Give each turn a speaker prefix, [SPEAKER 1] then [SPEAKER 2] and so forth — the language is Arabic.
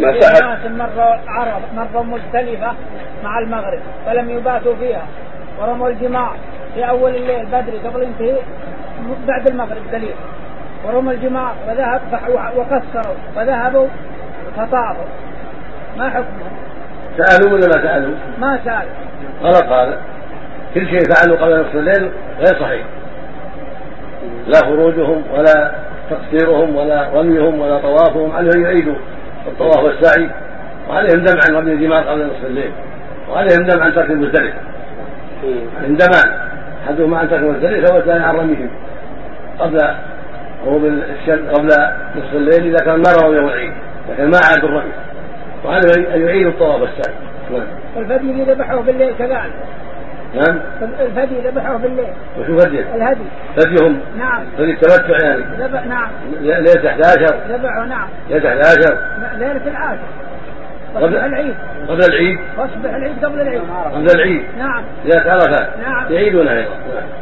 [SPEAKER 1] ما سأل
[SPEAKER 2] ناس مرة عرب مرة مختلفة مع المغرب فلم يباتوا فيها ورموا الجماع في أول الليل بدري قبل انتهاء بعد المغرب دليل ورموا الجماع وذهب فح- وكسروا وذهبوا فطاروا ما حكمهم
[SPEAKER 3] سألوا ولا ما سألوا؟
[SPEAKER 2] ما سأل
[SPEAKER 3] غلط هذا كل شيء فعلوا قبل نصف الليل غير صحيح لا خروجهم ولا تقصيرهم ولا رميهم ولا طوافهم عليهم يعيدوا الطواف والسعي وعليهم دم عن رمي الجمار قبل نصف الليل وعليهم دم عن ترك المزدلفه عليهم دمان احدهما عن ترك المزدلفه والثاني عن رميهم قبل غروب الشمس قبل نصف الليل اذا كان ما رموا يوم العيد لكن ما عادوا الرمي وعليهم ان يعيدوا الطواف والسعي نعم
[SPEAKER 2] الفدي اللي ذبحوه بالليل كذلك
[SPEAKER 3] نعم
[SPEAKER 2] الفدي ذبحوه بالليل
[SPEAKER 3] وشو هديه؟
[SPEAKER 2] الهدي
[SPEAKER 3] هديهم
[SPEAKER 2] نعم
[SPEAKER 3] هدي التمتع يعني
[SPEAKER 2] ذبح نعم
[SPEAKER 3] ليلة 11
[SPEAKER 2] ذبحوا نعم
[SPEAKER 3] ليلة 11
[SPEAKER 2] ليلة العاشر واصبح العيد
[SPEAKER 3] قبل العيد
[SPEAKER 2] واصبح العيد قبل العيد
[SPEAKER 3] قبل العيد
[SPEAKER 2] نعم
[SPEAKER 3] ليلة عرفة
[SPEAKER 2] نعم.
[SPEAKER 3] يعيدون أيضا